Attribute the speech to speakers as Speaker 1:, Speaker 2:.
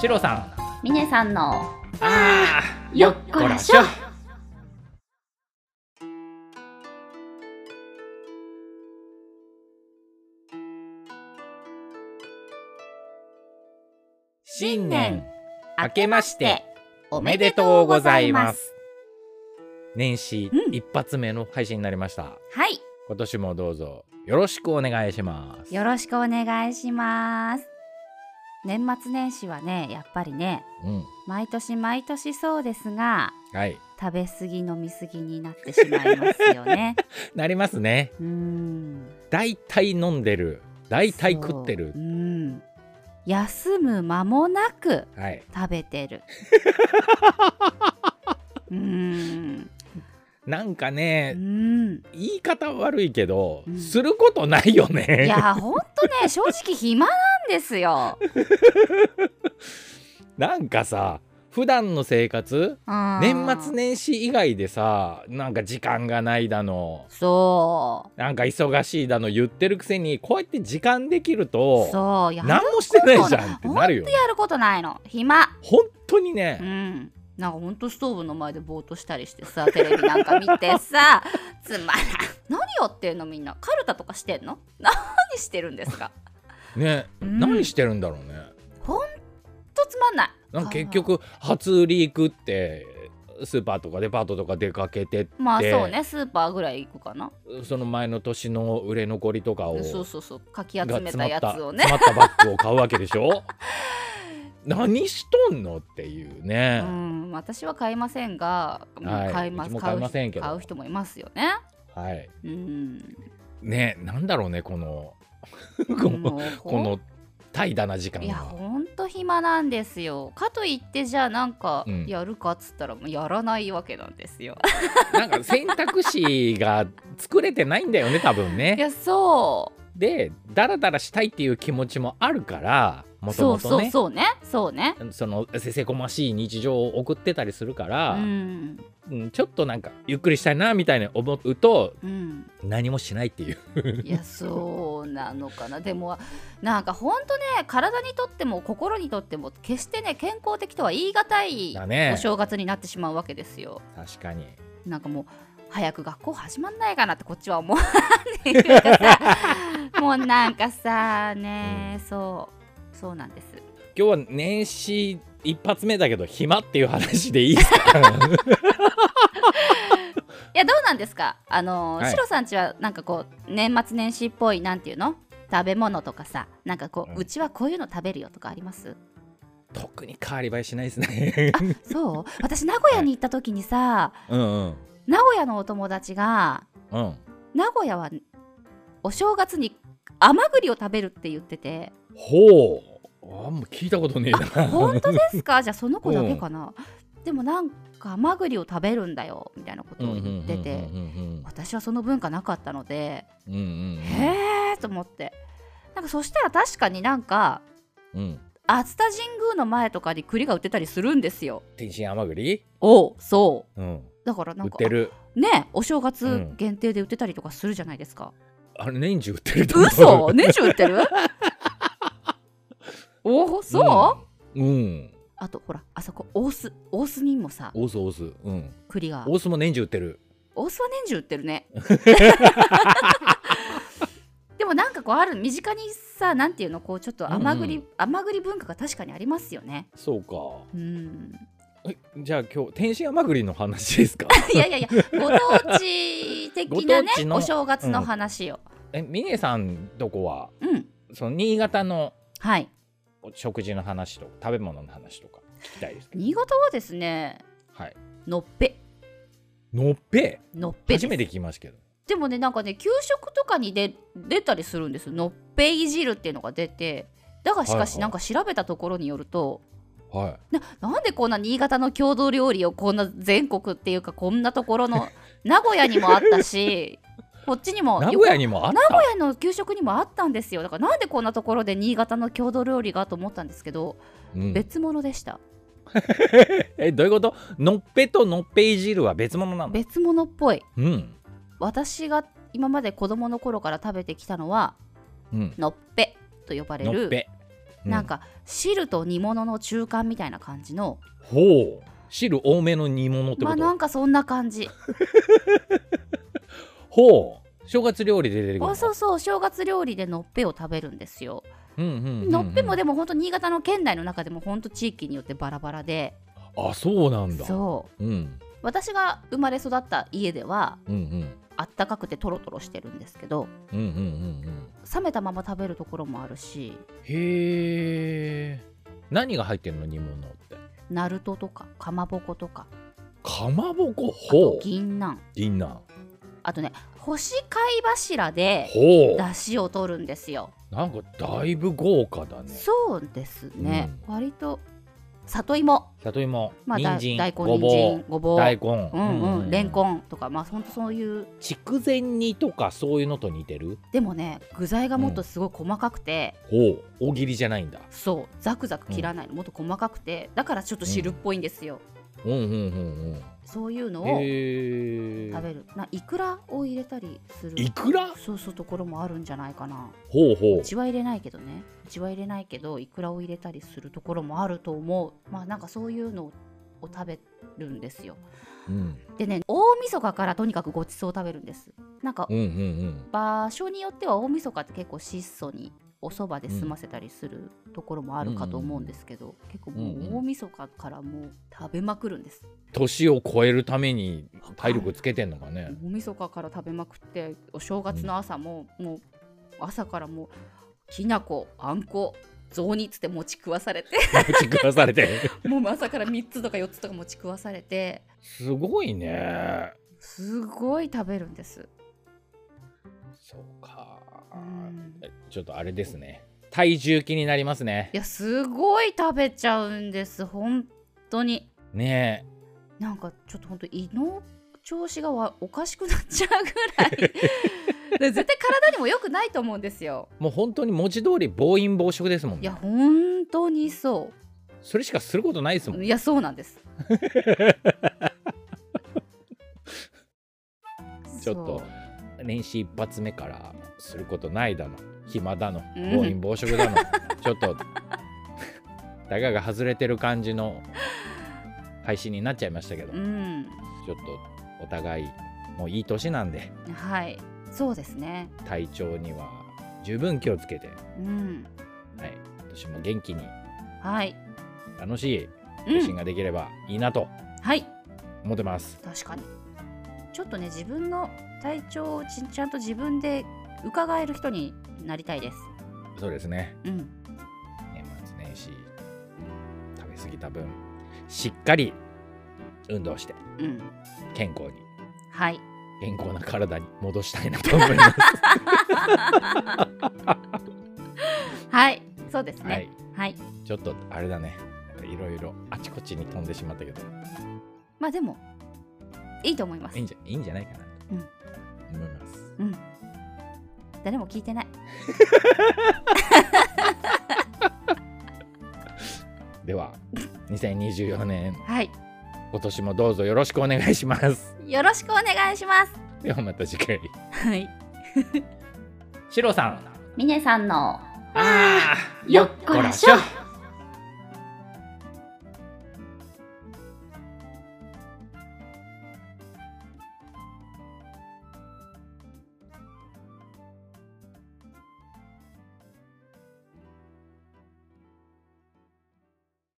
Speaker 1: シロさん
Speaker 2: ミネさんの
Speaker 1: あーよっこらしょ新年明けましておめでとうございます年始
Speaker 2: うん
Speaker 1: 一発目の配信になりました、
Speaker 2: はい
Speaker 1: 今年もどうぞよろしくお願いします
Speaker 2: よろしくお願いします年末年始はねやっぱりね
Speaker 1: うん
Speaker 2: 毎年毎年そうですが
Speaker 1: はい
Speaker 2: 食べ過ぎ飲み過ぎになってしまいます よね
Speaker 1: なりますね
Speaker 2: うーん
Speaker 1: だいたい飲んでるだいたい食ってる
Speaker 2: そううん休む間もなく
Speaker 1: はい
Speaker 2: 食べ てるうーん
Speaker 1: なんか
Speaker 2: う
Speaker 1: ね、
Speaker 2: ん
Speaker 1: 言い方悪いけど、
Speaker 2: うん
Speaker 1: することないよ
Speaker 2: い
Speaker 1: ね
Speaker 2: やほんとね正直暇なんですよ、
Speaker 1: なんかさ普段の生活
Speaker 2: うん
Speaker 1: 年末年始以外でさなんか時間がないだの
Speaker 2: そ
Speaker 1: なんか忙しいだの言ってるくせにこうやって時間できる
Speaker 2: う
Speaker 1: と
Speaker 2: そうや
Speaker 1: 何もしてないじゃんってなるよね
Speaker 2: やることないの暇
Speaker 1: 本当に
Speaker 2: う
Speaker 1: ね
Speaker 2: んなんかほんとストーブの前でぼーっとしたりし てさテレビなんか見てさつまらん何やってんのみんなカルタとかしてんの 何してるんですか
Speaker 1: ね、
Speaker 2: う ん
Speaker 1: 何してるんだろうね
Speaker 2: ほんとつまんない
Speaker 1: なんか結局初売り行くってスーパーとかデパートとか出かけてって、
Speaker 2: まあそうねスーパーぐらい行くかな
Speaker 1: その前の年の売れ残りとかを
Speaker 2: そうそうそうかき集
Speaker 1: が
Speaker 2: めたやつをね
Speaker 1: 詰まったバッグを買うわけでし ょ何しとんのっていうね
Speaker 2: う、ん、私は買いませんが、
Speaker 1: は
Speaker 2: も
Speaker 1: いう
Speaker 2: 買いま
Speaker 1: う
Speaker 2: す
Speaker 1: ちも買いませんけど
Speaker 2: 買う人買う人もいますよね。
Speaker 1: はい
Speaker 2: うん、
Speaker 1: ねなんだろうねこのこの
Speaker 2: もうほ
Speaker 1: こ
Speaker 2: ん
Speaker 1: の怠惰な時間
Speaker 2: いや
Speaker 1: が
Speaker 2: ほんと暇なんですよ。かといってじゃあなんか
Speaker 1: うん
Speaker 2: やるかっつったらもうやらないわけなんですよ。
Speaker 1: なんか選択肢が作れてないんだよね多分
Speaker 2: い
Speaker 1: ね
Speaker 2: やそ
Speaker 1: でダラダラしたいっていう気持ちもあるから
Speaker 2: う
Speaker 1: もと
Speaker 2: そ
Speaker 1: も
Speaker 2: う
Speaker 1: と
Speaker 2: そう
Speaker 1: ね
Speaker 2: そうねそうね。
Speaker 1: そのせせこましい日常を送ってたりするか
Speaker 2: う
Speaker 1: ら、
Speaker 2: ん
Speaker 1: うんちょっとなんかゆっくりしたいなみたいに思うと
Speaker 2: うん、
Speaker 1: 何もしないっていう
Speaker 2: いやそうなのかなでもなんかほんとね体にとっても心にとっても決してね健康的とは言い難い
Speaker 1: だね
Speaker 2: お正月になってしまうわけですよ。
Speaker 1: 確かに
Speaker 2: なんかもう早く学校始まんないかなってこっちは思わねえかさもうなんかさね、そうそうなんです
Speaker 1: 今日は年始一発目だけど暇っていう話でいいですか
Speaker 2: いやどうなんですかあの、
Speaker 1: はい
Speaker 2: シロさんちはなんかこう年末年始っぽいなんていうの食べ物とかさなんかこう、
Speaker 1: う
Speaker 2: うんちはこういうの食べるよとかあり ます
Speaker 1: 特に変わり映えしないですね
Speaker 2: そう私名古屋に行った時にさ、
Speaker 1: うんうん
Speaker 2: 名古屋のお友達が
Speaker 1: うん
Speaker 2: 名古屋はお正月に甘栗を食べるって言ってて
Speaker 1: ほうあんま聞いたことねえな
Speaker 2: 本当で すかじゃあその子だけかな、でもなんか甘栗を食べるんだよみたいなことを言ってて
Speaker 1: うん
Speaker 2: 私はその文化なかったので
Speaker 1: うんうんうん
Speaker 2: へえと思ってなんかそしたら確かになんか
Speaker 1: うんうん
Speaker 2: 熱田神宮の前とかに栗が売ってたりするんですよ
Speaker 1: 天津甘栗
Speaker 2: おうそ
Speaker 1: うん
Speaker 2: うだからな
Speaker 1: 売
Speaker 2: ん
Speaker 1: っ
Speaker 2: か
Speaker 1: てる
Speaker 2: ねお正
Speaker 1: う
Speaker 2: 月
Speaker 1: ん
Speaker 2: 限定で売ってたりとかするじゃないです か、
Speaker 1: あれ年中売ってると思う
Speaker 2: 嘘年中 売ってるおおそう、
Speaker 1: うん、うん、
Speaker 2: あとほらあそこ大須大須にもさ
Speaker 1: オースオースうん
Speaker 2: 栗が
Speaker 1: オースも年中売ってる
Speaker 2: 大須は年中売って るねでもなんかこうある身近にさなんていうのこうちょっと甘栗、
Speaker 1: うんう
Speaker 2: 甘栗文化が確かにありますよね
Speaker 1: そうか
Speaker 2: うん
Speaker 1: えじゃあ今日天津甘栗の話ですか
Speaker 2: いやいやいやご当地的なね
Speaker 1: ご当地の
Speaker 2: お正月の話よ
Speaker 1: え峰さんとこは
Speaker 2: うん、
Speaker 1: その新潟の
Speaker 2: はい
Speaker 1: 食事の話とか食べ物の話とか聞きたいですけど、
Speaker 2: 新潟はですね
Speaker 1: はい、
Speaker 2: のっぺ
Speaker 1: のっぺ
Speaker 2: のっぺです
Speaker 1: 初めて聞きますけど
Speaker 2: でもねなんかね給食とかにで出たりするんですよのっぺい汁っていうのが出てだがしか
Speaker 1: はいは
Speaker 2: し
Speaker 1: い
Speaker 2: なんか調べたところによると、
Speaker 1: は
Speaker 2: ななんでこんな新潟の郷土料理をこんな全国っていうかこんなとこ ろの名古屋にもあったしこっちにも
Speaker 1: い名古屋
Speaker 2: に
Speaker 1: にもあっ
Speaker 2: 名
Speaker 1: た
Speaker 2: 古屋の給食にもあったんですよだからなんでこんなところで新潟の郷土料理がと思ったんですけど、
Speaker 1: うん、
Speaker 2: 別物でした
Speaker 1: えどういうことのっぺとのっぺい汁は別物なの
Speaker 2: 別物っぽい
Speaker 1: うん
Speaker 2: 私が今まで子供の頃から食べてきたのは
Speaker 1: うん
Speaker 2: のっぺと呼ばれ
Speaker 1: のっ
Speaker 2: る
Speaker 1: ぺうん
Speaker 2: なんか汁と煮物の中間みたいな感じの
Speaker 1: ほう汁多めの煮物ってこ
Speaker 2: まあ
Speaker 1: と、
Speaker 2: なんかそんな感じ
Speaker 1: ほう正月料理で出てくる
Speaker 2: あ
Speaker 1: の
Speaker 2: そうそう正月料理でのっぺを食べるんですよ、
Speaker 1: うんうんうんうん
Speaker 2: のっぺもでも本当新潟の県内の中でも本当地域によってバラバラで
Speaker 1: あそうなんだ
Speaker 2: そう
Speaker 1: うんうん
Speaker 2: 私が生まれ育った家では
Speaker 1: うん
Speaker 2: あったかくてトロトロしてるんですけど
Speaker 1: うんうんうんうん
Speaker 2: 冷めたまま食べるところもあるし
Speaker 1: へえ何が入ってんの煮物って
Speaker 2: ナルトとかかまぼことか
Speaker 1: かまぼこ
Speaker 2: あと
Speaker 1: ほう
Speaker 2: 銀杏
Speaker 1: 銀杏
Speaker 2: あとね干し貝柱で
Speaker 1: ほう
Speaker 2: 出汁を取るんですよ
Speaker 1: なんかだいぶ豪華だね
Speaker 2: そうですね、
Speaker 1: う
Speaker 2: 割と里芋、
Speaker 1: 里芋、
Speaker 2: まあ、だ
Speaker 1: 人参
Speaker 2: 大根
Speaker 1: ご
Speaker 2: 人
Speaker 1: ぼ
Speaker 2: 参
Speaker 1: う
Speaker 2: ごぼう
Speaker 1: 大根
Speaker 2: うんうんレンコ
Speaker 1: ン
Speaker 2: ンとかまあほんとそういう
Speaker 1: 筑前煮とかそういうのと似てる
Speaker 2: でもね具材がもっとすごい細かくて、
Speaker 1: ほう大喜利じゃないんだ
Speaker 2: そうザクザク切らないの、もっと細かくてだからちょっと汁っぽいんですよ、
Speaker 1: うんうんうん
Speaker 2: そういうの
Speaker 1: う
Speaker 2: を
Speaker 1: ん
Speaker 2: 食
Speaker 1: へえ
Speaker 2: べる、ないくらを入れたりする
Speaker 1: いくら
Speaker 2: そうそうところもあるんじゃないかな
Speaker 1: ほうほ
Speaker 2: う
Speaker 1: う
Speaker 2: ちは入れないけどねうちは入れないけどいくらを入れたりするところもあると思うまあなんかそういうのを食べるんですよ
Speaker 1: うん
Speaker 2: でね大晦日からとにかくごちそうを食べるんですなんか
Speaker 1: うんうんうん
Speaker 2: 場所によっては大晦日って結構質素におそばで済ませたりするところもあるかと思うんですけど、結構
Speaker 1: う
Speaker 2: も
Speaker 1: んう
Speaker 2: うん大晦日からもう食べまくるんです、
Speaker 1: 年を超えるために体力つけてんのかね
Speaker 2: 大晦日から食べまくってお正月の朝も、もう朝からもうきなこあんこ雑煮っつって餅食わされ て
Speaker 1: 持ちくわされて
Speaker 2: もう朝から3つとか4つとか餅食わされて
Speaker 1: すごいね
Speaker 2: すごい食べるんです、
Speaker 1: そうか
Speaker 2: うん
Speaker 1: えちょっとあれですね体重気になりますね
Speaker 2: いやすごい食べちゃうんです本当に。
Speaker 1: ね
Speaker 2: なんかちょっと本当胃の調子がわおかしくなっちゃう ぐらいで絶対体にも良くないと思うんですよ
Speaker 1: えもう本当に文字通り暴飲暴食ですもん
Speaker 2: いや
Speaker 1: ね
Speaker 2: 本当にそ
Speaker 1: それしかすることないですもん
Speaker 2: ういやそうなんです
Speaker 1: ちょっと年始一発目からすることないだの暇だの
Speaker 2: うん
Speaker 1: 暴飲暴食 だの、ちょっとだがが外れてる感じの配信になっちゃいましたけど、
Speaker 2: そ
Speaker 1: ち
Speaker 2: うん
Speaker 1: ょっとお互いもういい年なんで
Speaker 2: はいそうですね
Speaker 1: 体調には十分気をつけて、は
Speaker 2: うん
Speaker 1: い、今年も元気に
Speaker 2: はい
Speaker 1: 楽しいう配信
Speaker 2: ん
Speaker 1: ができればいいなと
Speaker 2: はい
Speaker 1: 思ってます。
Speaker 2: 確かにちょっとね自分の体調をちちゃんと自分で伺える人になりたいです
Speaker 1: そうですね
Speaker 2: うん
Speaker 1: 年末年始食べ過ぎた分しっかり運動して
Speaker 2: うん
Speaker 1: 健康に
Speaker 2: はい
Speaker 1: 健康な体に戻したいなと思い ます。
Speaker 2: はいそうです
Speaker 1: は
Speaker 2: ね
Speaker 1: い、
Speaker 2: はい
Speaker 1: ちょっとあれだね。いろいろあちこちに飛んでしまったけど、
Speaker 2: まあでもいいと思います
Speaker 1: いい。んじゃいいんじゃないかなと思います。
Speaker 2: うん。誰も聞いてない。
Speaker 1: では、2024年
Speaker 2: はい。
Speaker 1: 今年もどうぞよろしくお願いします。
Speaker 2: よろしくお願いします。
Speaker 1: ではまた次回。
Speaker 2: はい。
Speaker 1: シロさん。
Speaker 2: ミネさんの
Speaker 1: ああ
Speaker 2: よっこらしょ。